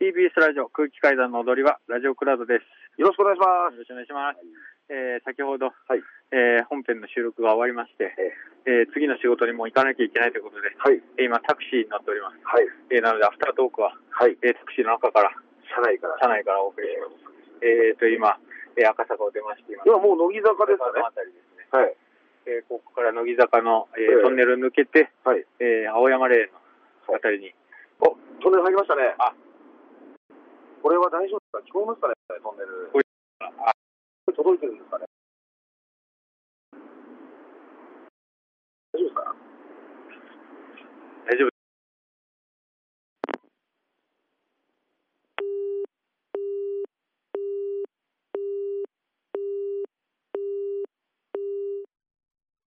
TBS ラジオ空気階段の踊りはラジオクラウドです。よろしくお願いしよます。ろしくお願いします。えー先ほど、はい。えー本編の収録が終わりまして、えー次の仕事にもう行かなきゃいけないということで、はい。えー今タクシーに乗っております。はい。えーなのでアフタートークは、はい。えータクシーの中から、社内から。車内からお送りします。えーと、今、えー赤坂を出ましています。今もう乃木坂ですこのね。辺りですね。はい。えーここから乃木坂の、えーええトンネル抜けて、はい。えー青山霊園のあたりに、お、トンネル入りましたね。あ、これは大丈夫ですか聞こえますかね